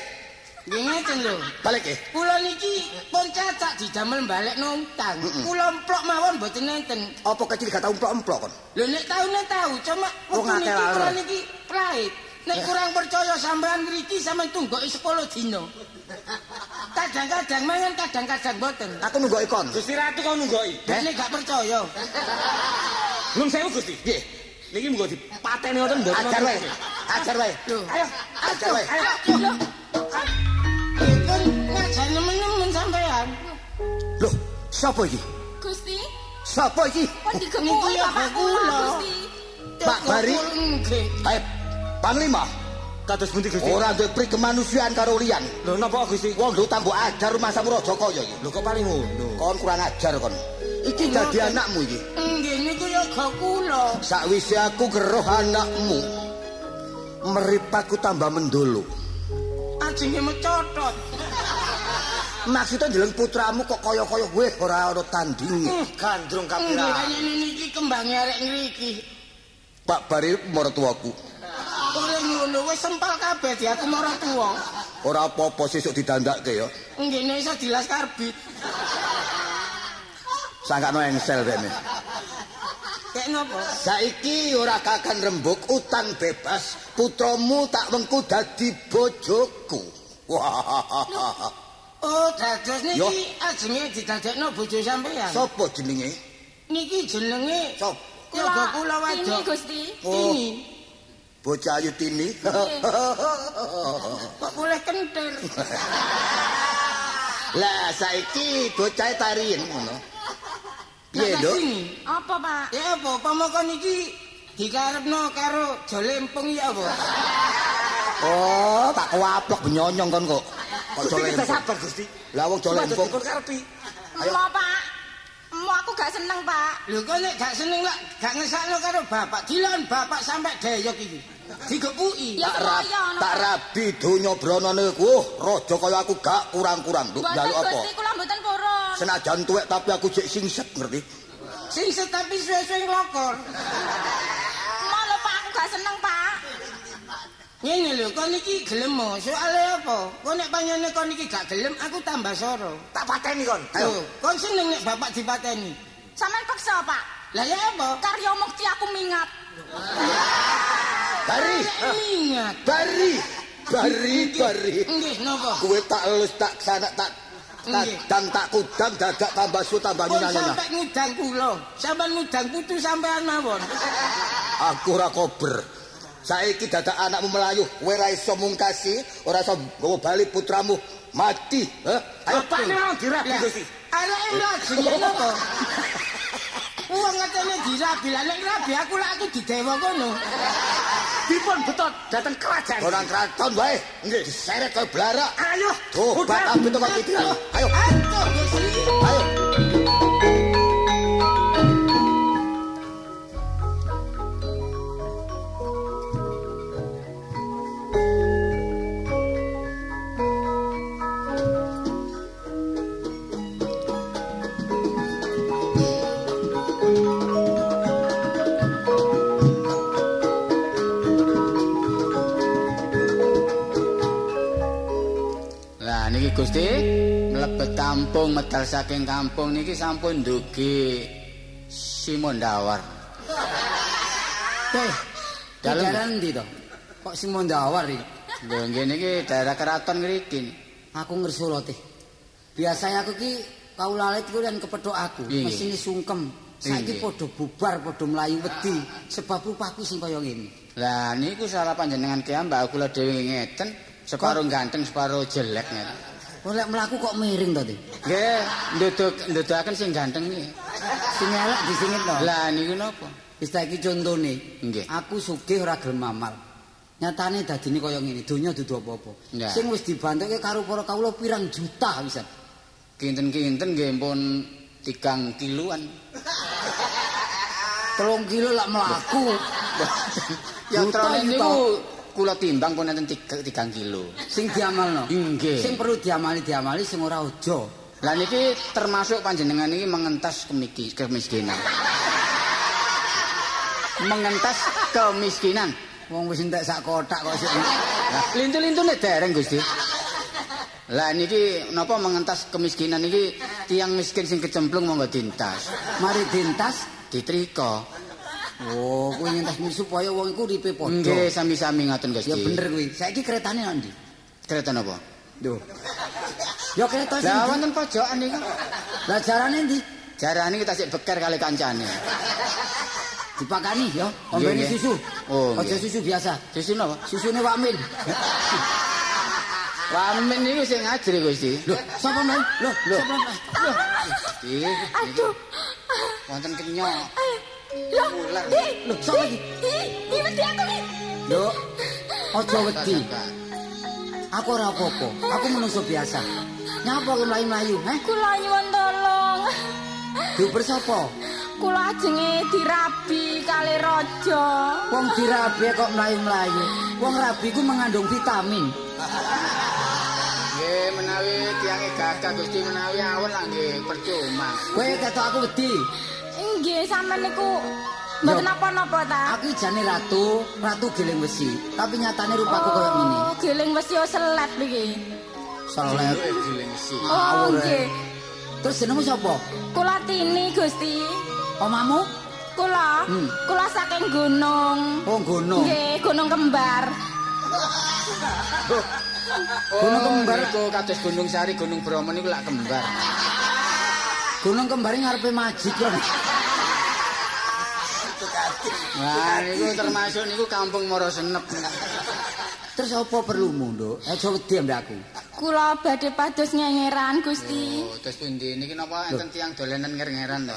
Nggih ngeten lho.
Balik iki.
Kula niki pun cacak didamel balik nuntang. Kula emplok mawon mboten enten.
Apa kecil gak tau emplok-emplok kon?
Lho nek taune tahu, cuma
Oh,
wektu niki
ngakeh laler.
kula niki prait. Nek kurang percaya sampean ngriki sampean tunggoki 10 dina. Kadang-kadang mangan, kadang-kadang boten.
Aku nunggoki kon.
Gusti Ratu kon nunggoki.
Eh?
Nek gak percaya.
Nun sewu Gusti.
Piye?
Niki munggo dipateni ngoten mboten.
Ajar wae. Ajar wae.
Lho,
Ayo,
Ajar wae.
ayo.
Dipun ngajak nemen-nemen sampean.
Lho, sapa iki?
Gusti,
Sapa iki?
kok digemu
Niku ya
Bapak kula,
kula.
Gusti.
Pak Bari.
Nggih.
Ayo. Panglima.
Kados pundi Gusti?
Ora duwe pri kemanusiaan karo liyan.
Lho napa Gusti?
Wong lu tambok ajar rumah samu raja kaya iki.
Lho kok paling ngono.
Kon kurang ajar kon. Iki dadi anakmu iki.
Nggih niku ya gak kula.
Sakwise aku geroh anakmu. Meripatku tambah mendolo.
Ajenge mecotot.
Maksudnya ndeleng putramu kok kaya-kaya kowe ora ana tandinge. Hmm.
Hmm, Gandrung
Nggih
kapira.
kanyene niki kembange arek ngriki.
Pak Bari mertuaku.
Ora ngono wis sempal kabeh di aku marang tuwa.
Ora apa-apa sesuk didandakke ya.
Nggih nek iso dilas karbit.
Sangkano engsel rene.
Kek napa?
Saiki ora kakan rembug utang bebas. Putramu tak wengku dadi bojoku. Wah.
Oh, dados
Yo.
niki ajenge didadekno bojo sampean.
Sopo jenenge?
Niki jenenge
Sop.
Yoga kula
Ini
wadok.
Gusti.
Oh.
Ini
Bocah ayu tini.
kok boleh kentir.
Lah saiki bocahe tarien ngono. Piye,
Lah,
Dok?
ini.
Apa, Pak?
Ya apa pamoko niki dikarepno karo jolempung ya apa?
Oh, tak kuaplok benyonyong kon kok. Kok
Gusti kita
colempong.
sabar Gusti.
Lah wong colempong.
Kon karepi.
Mau, Pak. Mau aku gak seneng, Pak.
Lho kok nek gak seneng lak gak ngesakno karo bapak. Dilon bapak sampe deyok iki. Digepuki.
Ya,
Tak rab,
semoyo, no.
tak rabi donya branane ku. Oh, raja kaya aku gak kurang-kurang. Nduk
Boten
njaluk apa?
Gusti kula mboten purun.
Senajan tuwek tapi aku jek singset ngerti.
Sing tapi suwe-suwe nglokor.
Mau lho, Pak, aku gak seneng, Pak.
Ngene lho, kon iki gelem mo. soalé apa? Kon nek panjane kon iki gak gelem, aku tambah soro.
Tak pateni kon.
Ayo, kon seneng nek bapak dipateni.
Sampeyan peksa, Pak.
Lah ya apa?
Karya mukti aku mingat.
Bari,
Ingat.
bari, bari, bari.
Nggih, napa?
Kue tak elus tak sanak tak tak
Nggih.
dan tak kudang dagak tambah su tambah
Kon
nyunanya.
sampe ngudang kula. Sampeyan ngudang putu sampean mawon.
Aku ora kober. Saiki dadak anakmu melayu, kowe ora iso mungkasi, ora iso nggawa bali putramu mati. Heh. Ayo
Bapak ini orang dirabi Gusti.
Arek rabi ya napa? Wong ngatene dirabi, lah nek rabi aku lak aku didewa kono.
Dipun betot datang kerajaan.
orang kraton wae. Nggih, diseret kowe blarak.
Ayo.
Tuh,
budal.
batak pitu kok kitiran. Ayo,
Aduh, Gusti.
ayo.
Lah niki Gusti mlebet kampung medal saking kampung niki sampun dugi Simon Dawar. Eh,
Teh.
Dalem.
Dalan ndi to? Kok Simon Dawar iki?
Lho nggih niki daerah keraton ngriki.
Aku ngersula teh. Biasanya aku ki kaulalit ku lan kepethuk aku,
Iya, iya.
mesine sungkem. Saiki
Iya.
padha bubar, padha mlayu wedi sebab rupaku sing kaya ngene.
Lah niku salah panjenengan kaya Mbak kula dhewe ngeten separuh ganteng separuh jelek ngeten.
Kok Oh, lek mlaku kok miring to, Teh?
Nggih, nduduk ndudukaken sing ganteng niki.
Sing elek disingit to.
Lah niku napa?
Wis ta iki contone.
Nggih.
Aku sugih ora gelem amal. Nyatane dadine kaya ngene, donya dudu apa-apa.
Nah.
Sing wis dibantuke karo para kawula pirang juta wisan.
Kinten-kinten nggih pun tigang kiluan.
Telung kilo lak mlaku.
Yang
Juta,
terone
juta.
niku kula timbang pun enten tiga- tigang kilo.
sing diamalno.
Nggih.
Sing perlu diamali diamali sing ora aja.
Lah niki termasuk panjenengan ini mengentas kemiki- kemiskinan. mengentas kemiskinan.
Wong wis entek sak kotak kok sik.
Lah lintu-lintune dereng Gusti. Lah niki napa mengentas kemiskinan iki tiang miskin sing kecemplung monggo dintas.
Mari dintas.
Ditrika.
Oh, kuwi nyentas misu supaya wong iku ripe
Nggih
padha.
sami-sami ngoten Gusti.
Ya bener kuwi. Saiki keretane nang ndi?
Kereta napa?
Lho. Ya kereta sing.
Lah
ndi?
wonten pojokan niku.
Lah jarane ndi?
Jarane kita sik beker kali kancane.
Dipakani ya, ombeni
Nggih, nggih.
susu.
Oh,
Aja
nggih.
susu biasa.
Susu napa?
Susune Wakmin.
Wamen niku sing ngajri Gusti.
Lho, sapa men? Lho,
Lho.
sapa men?
Gusti. Aduh. Wonten kenyok.
Lho,
Ular.
ih,
Lho, sapa iki?
ih, ih, wedi eh, aku nih.
Lho, aja Oh, wedi.
Sabar.
Aku ora apa-apa. Aku menungso biasa. Nyapa kowe mlayu-mlayu, heh?
Kula nyuwun tolong.
Duper sapa?
Kula ajenge dirabi kali raja.
Wong dirabi kok mlayu-mlayu. Wong rabi ku mengandung vitamin.
Nggih menawi tiange gagah Gusti menawi awon lah nggih percuma.
Kowe ketok aku wedi.
Nggih, sampean niku mboten
Yo.
napa-napa ta.
Aku jane ratu, ratu geleng besi. Tapi nyatane rupaku koyo ngene.
Oh, Giling wis yo selep iki.
Salah.
Gilengsi.
Oh,
Ngawur,
nggih.
Terus jenengmu sapa?
Kula tini Gusti.
Omamu?
Kula, kula saking gunung.
Oh, ngono.
Nggih, Gunung Kembar.
Gunung kembar niku kados Gunung Sari, Gunung Bromo niku lak kembar.
Gunung kembare ngarepe majikan.
Wah niku termasuk niku kampung Moro Senep.
Terus apa perlumu, Nduk? Aja wedi ambek aku.
Kula badhe padus nyenyeran Gusti.
Oh, terus pundi niki napa enten tiang dolenan nger-ngeran to?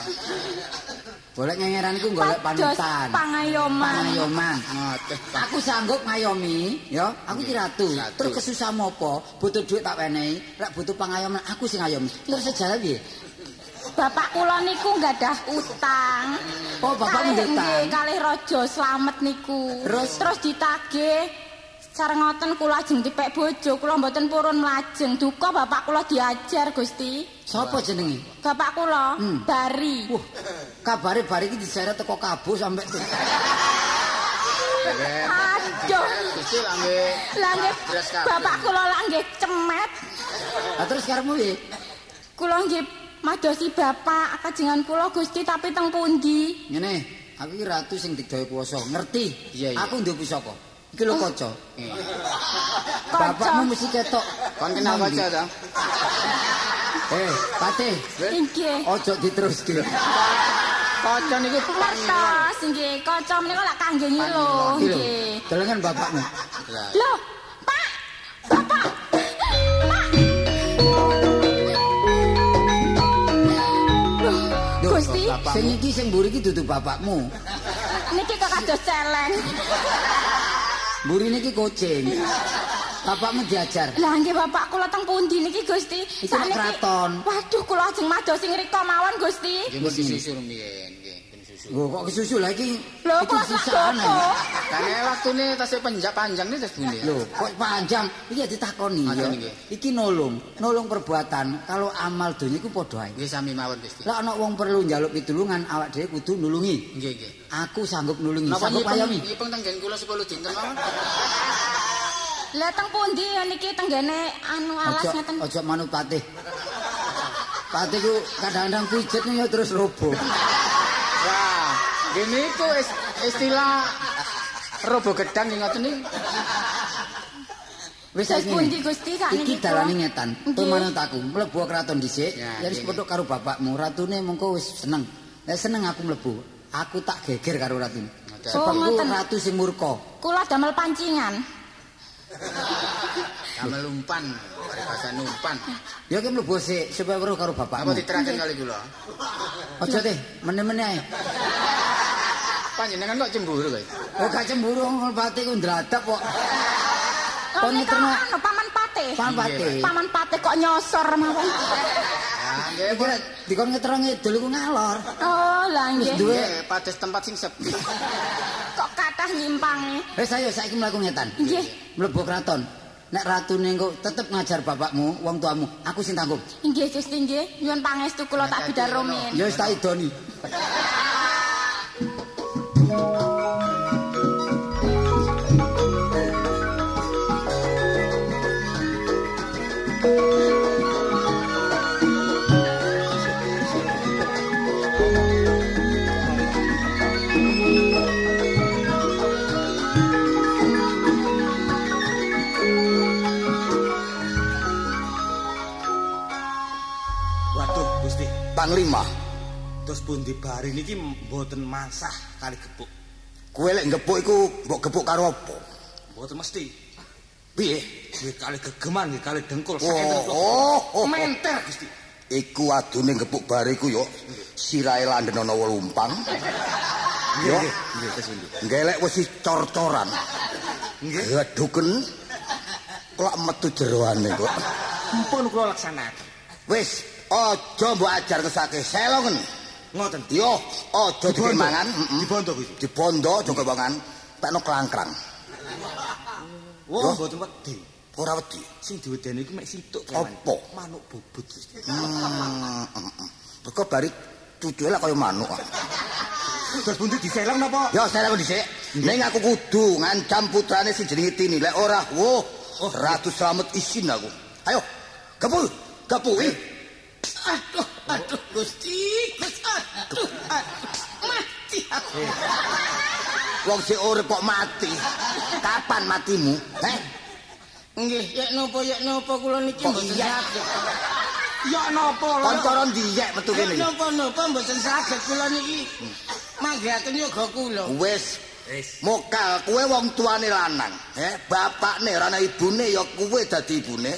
Golek nyengeran iku golek
Padus
panutan.
pangayoman.
Pangayoman.
Ngoten.
Aku sanggup ngayomi, ya. Aku ki ratu.
Ratu.
Terus kesusah mopo, butuh duit tak wenehi, rek butuh pangayoman aku sing ngayomi. Terus sejarah piye?
Bapak kula niku nggadah utang.
Oh, bapakmu
Kalih-
utang?
nggih, Kalih raja slamet niku.
Terus?
terus ditagih Cara ngoten kula ajeng dipek bojo, kula mboten purun mlajeng. Duka bapak kula diajar, Gusti.
Sopo jenengi?
Bapak kula
Hmm.
bari.
Wah, kabare bari iki diseret teko kabo sampe
Aduh.
Gusti langge
Lah nggih
Beres kabeh.
bapak kula lah nggih cemet.
Lah terus karepmu piye?
Kula nggih madosi bapak kajengan kula Gusti tapi teng pundi?
Ngene, aku iki ratu sing digawé kuwasa, ngerti?
Iya, iya.
Aku nduwe pusaka. Iki lho kaca.
Kaca.
Bapakmu mesti ketok.
kon Kan kenal
Nang ndi?
kaca ta?
Eh, Patih,
Nggih.
ojo diteruske.
Kaca niku
Mertos nggih, kaca menika lak kangge ngilu
Iki lho,
nggih.
delengen Iya. bapakmu.
Loh, Pak. Bapak. Pak. Loh,
Loh,
Gusti,
Sing iki sing mburi iki dudu bapakmu.
niki kok kados celeng.
Mburi niki kucing. Bapakmu diajar.
Lah nggih bapak kula teng pundi niki Gusti?
Iki nek
Sakniki-
kraton.
Waduh kula ajeng madosi ngrika mawon Gusti.
Jemur disusul mbiyen nggih, ben susul.
Lho kok kesusu lah iki.
Lho
Iki
kula
sisakan
sakdopo.
ae.
Kane waktune tasih panjang panjang nih tas bunyi.
Lho, kok panjang iki ya ditakoni ya.
Panjang iki.
Iki nulung, nulung perbuatan. Kalau amal donya iku padha ae.
Nggih sami mawon Gusti.
Lah ana wong perlu njaluk pitulungan, awak dhewe kudu nulungi.
Nggih nggih.
Aku sanggup nulungi,
Napa
sanggup
nyipeng
ayomi.
nyipeng tenggen kula 10 dinten mawon?
Lah teng pundi ya niki tenggene anu alas
Ojo
ngeten.
ojo manut patih. Patih ku kadang-kadang pijet ya terus robo.
Wah, gini itu istilah robo gedang yang ngoten niki.
Wis
Terus
saiki
pundi
ngene.
Gusti sakniki?
Iki dalane ngetan.
Nggih.
Kowe manut aku, mlebu kraton dhisik.
Ya,
Ya wis
iya,
podo karo bapakmu, ratune mengko wis seneng. Nek seneng aku mlebu, aku tak geger karo ratune.
Ngoten.
Sebab
Oh,
ku
ngoten.
ratu sing murka.
Kula damel pancingan.
Sama lumpan, bahasa numpan.
Ya ki mlebu sik supaya weruh karo
Apa
bapakmu.
diterakan kali kula?
Ojo teh, meneh-meneh ae.
Panjenengan kok cemburu kok?
Oh gak cemburu wong pati ku ndladap kok.
Lah
Kon
nika
nyeterno
anu paman pate.
pan pati.
Paman pate kok nyosor mawon.
Ya, nggih,
Iki rek dikon nyeterno ngidul ku ngalor.
Oh, lah
Wis
nggih.
duwe.
nggih, pados tempat sing sepi.
Kok kathah nyimpange.
Wis ayo saiki mlaku ngetan.
Nggih.
Mlebu kraton. Nek ratune engko tetep ngajar bapakmu, wong tuamu, aku sing tanggung.
Nggih Gusti nggih, nyuwun pangestu kula tak bidhar rumiyin.
Ya wis tak idoni.
Waduh Gusti,
Panglima,
terus pundi bari niki mboten mansah kali gebuk.
kowe lek gepuk iku mbok gepuk karo apa?
Mboten mesti.
Piye?
Nggih kali gegeman, nggih kali dengkul,
Oh,
saketen kok.
oh, oh.
Menter Gusti.
Iku adune gepuk bariku yo. Sirahe landen ana lumpang. Yo,
Nggih, nggih, terus pundi.
ngelek wis cor-coran.
Nggih.
Gaduken klak metu jeroane kok.
Ampun kula laksanakan.
Wis, aja mbok ajar kesake selongen.
Ngoten.
Yo, aja dikek
Dibondo.
mangan, mm-mm.
Dibondo Gusti.
dibondo aja kebangan. Tekno klangkrang.
Wah,
Loh.
mboten wedi.
Ora wedi.
Sing diwedeni iku mek situk
Apa?
Manuk bubut Gusti.
Mergo bari cucuke lak kaya manuk. ah.
Terus pundi diseleng napa?
Yo, selongen dhisik. Ning aku kudu ngancam putrane sing jenenge Tini. Lek ora, wo, ratu slamet isin aku. Ayo, gepuk, gepuk. eh.
Aduh, aduh, Gusti. Gusti, Aduh, aduh. Mati aku.
Wong sing urip kok mati. Kapan matimu? Heh?
Nggih, yek nopo yek nopo kula niki
Kok
mboten
iya?
saged.
Ya napa
Kancara ndiyek metu
Yek
kene.
nopo nopo mboten saged kula niki. Manggihaken yoga kula.
Wis. Mokal kowe wong tuane lanang, eh bapakne ora ana ibune ya kowe dadi ibune.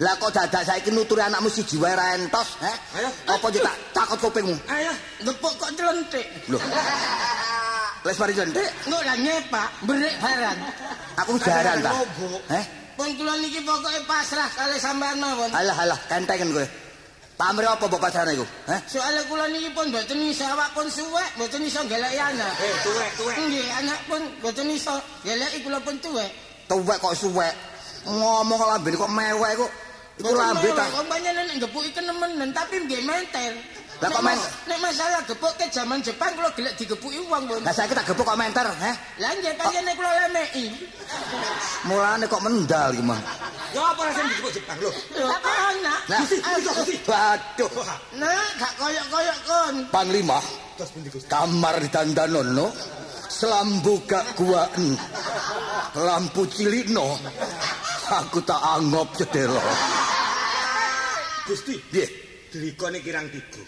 Lah kok dadak saiki nuturi anakmu siji wae ra entos, eh?
Ayo.
Apa yo tak takut kupingmu?
Ayo, ngepuk kok celentik.
Lho. Les mari jentik,
Engko lah nyepak, berik barang.
aku jaran ta.
Lobo.
Eh?
Pun kula niki pokoke pasrah kali sampean mawon.
Alah alah kentengen kowe. Pamri apa mbok pasrane iku? Eh?
Soale kula niki pun mboten iso awak pun suwek, mboten iso ngeleki anak.
Eh, tuwek, tuwek.
Nggih, anak pun mboten iso ngeleki kula pun tuwek.
tuwek kok suwek ngomong kok lambene kok mewek kok iku lambe tak
Kok panjenengan nek gepuk iki nemenan tapi nggih mentel.
Lah, kok
Nek mas-
men-
Nek masalah gepuk ke zaman Jepang kula gelek digepuki wong pun.
lah saiki tak eh? gebuk kok menter heh
Lah nggih panjenengan kula lemeki.
mulane kok mendal iki mah
Ya apa rasanya disebut Jepang lho?
Lah kok ana?
lah waduh
Nah, gak koyok-koyok kon.
Panglima kamar ditandanono selambu gak gua lampu cilikno aku tak anggap cedera
Gusti,
piye
delikone kirang tiga.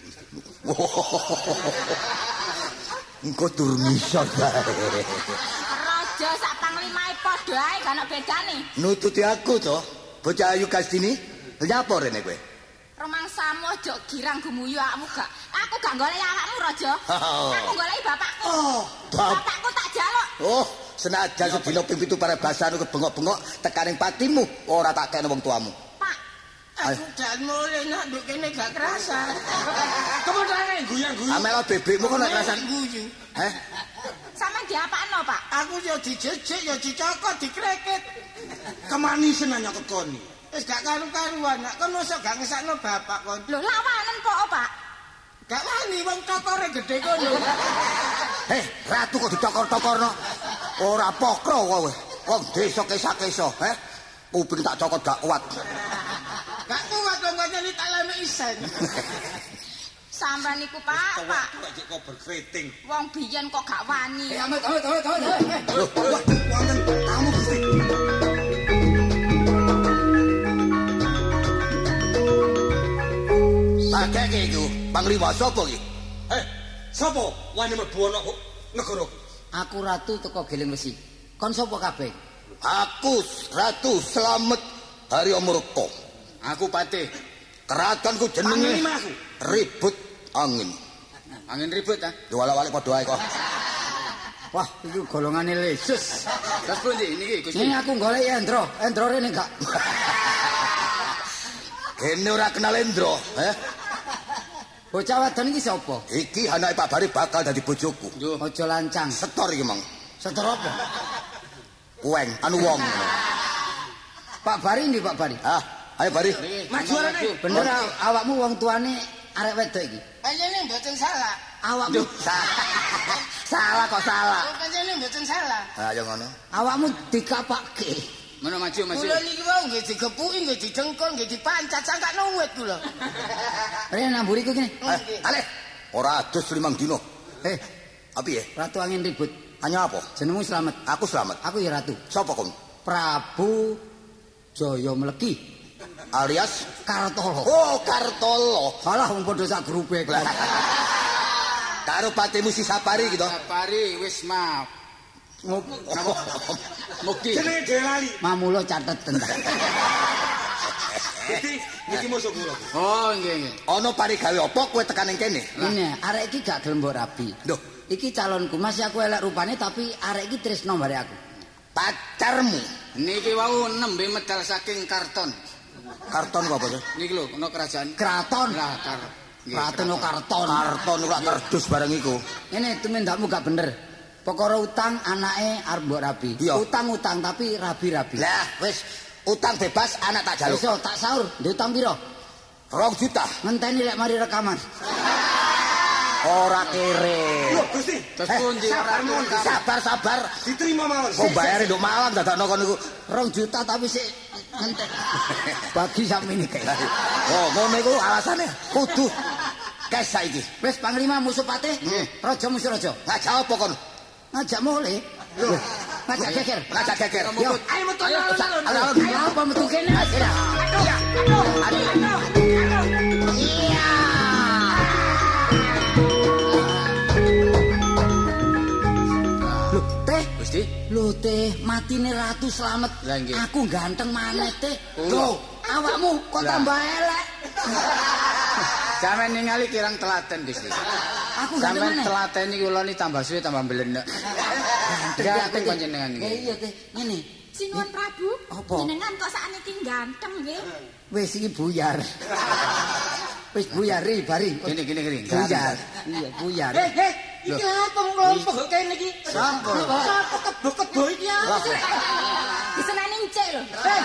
engko durung iso bae
Raja sak panglimae padha ae gak ana bedane.
nututi aku to bocah ayu kastini nyapa rene kowe
Rumangsamu aja girang gumuyu awakmu gak. Aku gak golek awakmu, Raja.
Oh.
Aku golek bapakku.
bap-
Bapakku tak jaluk.
oh senajan sedina ping pitu para basanu kebengok-bengok tekaning patimu ora tak kene wong tuamu
Pak,
Aku gak mulih nak nduk kene gak kerasa. Kemudane
Guyang-guyang.
amela bebekmu kok nek rasan
guyu.
heh
sampean diapakno, Pak?
Aku yo dijejek yo dicokot dikreket.
Kemanisen nanya kekoni.
Wis gak karu-karuan nak kon mosok gak ngesakno bapak kon.
Lho lawanen kok, oh, Pak?
Gak wani wong cokore gedhe kono.
heh ratu kok dicokor-cokorno ora pokro kowe wong desa kesa-kesa heh kuping tak cokot gak kuat
Gak kuat wong kene iki tak lemek isen.
Sampean iku, Pak, Pak.
Kok jek kok berkriting.
Wong biyen kok gak wani.
Eh,
amit, amit, amit, amit, amit.
Loh, wah, wonten tamu Gusti.
Pakeke iku panglima sapa iki?
Eh, sapa wani mlebu ana negaraku?
Aku ratu teko Geleng Wesi. Kon sapa kabeh?
Aku Ratu Slamet Haryo Murka.
Aku patih.
Keratonku jenenge
Panglima aku.
Ribut Angin.
Angin ribut ah.
Diwalak-walik padha ae kok.
Wah, iki golongane lesus.
Terus pundi niki Gusti?
Ini aku golek Endro. Endro rene gak.
Kene ora kenal Endro, eh?
Bocah wadon iki sapa?
Iki anake Pak Bari bakal dadi bojoku.
Yo.
Aja lancang.
Setor iki, Mang.
Setor apa?
Kueng anu wong.
Pak Bari ndi Pak Bari?
Ah, ayo Bari.
Maju arane.
Bener aw- awakmu wong tuane arek wedok iki.
Panjenengan mboten salah.
Awakmu
Salah kok salah.
Panjenengan mboten salah.
Ah, Ayo ngono.
awakmu dikapakke.
Ngono maju maju.
Kula niki wae nggih digepuki, nggih didengkul, nggih dipancat sangkakno uwit kula.
Rene namburi ku kene.
Eh, ale. Ora adus limang dino.
Eh,
Apa ya?
Ratu Angin Ribut.
Hanya apa?
Jenengmu Slamet.
Aku selamat.
Aku ya Ratu.
Sapa kon?
Prabu Jaya Mlegi
Alias
Kartolo.
Oh, Kartolo.
Alah wong padha sak grupe kok.
Karo patimu si Sapari gitu.
Sapari wis maaf. Mukti.
Jenenge Delali.
Mamula catet tentang.
Gusti, niki musuh kula.
Oh, nggih nggih.
Ono pari gawe apa kowe tekan ning kene?
Ini arek iki gak gelem mbok rabi.
Duh.
Iki calonku masih aku elek rupane tapi arek iki tresno bare aku.
Pacarmu.
Niki wau nembe medal saking karton.
Karton kok apa? Sir?
Niki lho, ono kerajaan.
Kraton.
Lah, kar. nggih,
Kraton
keraton.
Karton.
Karton ora kerdus barang iku.
Ini tumindakmu gak bener. Perkara utang anake arep mbok rabi.
Iya.
Utang-utang tapi rabi-rabi.
Lah, wis utang bebas anak tak jaluk.
Iso tak sahur, diutang piro?
Rong juta.
Ngenteni lek mari rekaman.
Ora kere.
Loh, Gusti,
Terus
Eh,
pundi
sabar,
Ratu?
Mun. sabar, sabar.
diterima mawon.
Kok bayar nduk malam dadakno kon niku.
Rong juta tapi sik ngenten. Bagi sakmene kae.
Oh, ngono iku alasane kudu cash saiki.
Wis panglima musuh pate, raja musuh raja.
Ngajak apa kon?
Ngajak mole. Ngajak geger.
Ngajak geger.
Yo,
Ayo metu
Alon-alon.
ayo apa metu kene? Lho, teh.
Gusti,
Lho teh, matine ratu slamet.
Lah, nggih.
Aku ganteng maneh teh.
Oh.
Lho, awakmu kok
Lah.
tambah elek.
sampean ningali kirang telaten Gusti.
Aku ganteng
Sampean
maneh.
telaten iki kula ni tambah suwe tambah mblenek. Ganteng
Teh.
panjenengan
Eh,
iki.
Iya teh, ngene.
Sinuwun Prabu,
eh, Apa?
jenengan kok sakniki ganteng nggih.
Wis iki buyar. Wis buyar ri bari.
Gini gini gini.
Buyar. Iya, buyar.
Hei, hei, iki apa kelompok kok kene iki? Sapa? Sapa kebo-kebo iki apa sih?
Diseneni encik lho.
Hei,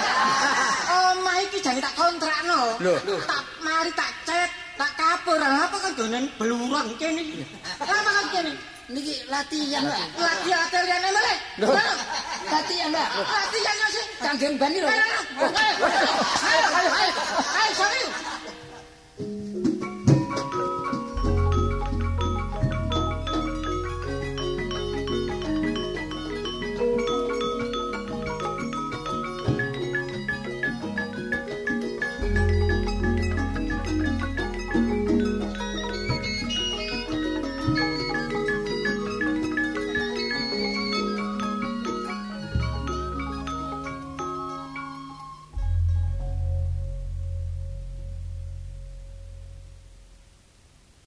omah iki jange tak kontrakno.
Lho.
Tak mari tak cet, tak kapur. Lah, Apa kan donen beluron kene iki? Lah, Apa kan kene? Niki latihan, Mbak. Latihan latihan mele.
Lho.
Latihan, Mbak. Latihan yo sing kangge mbani lho. Ayo, ayo, ayo. Ayo, ayo.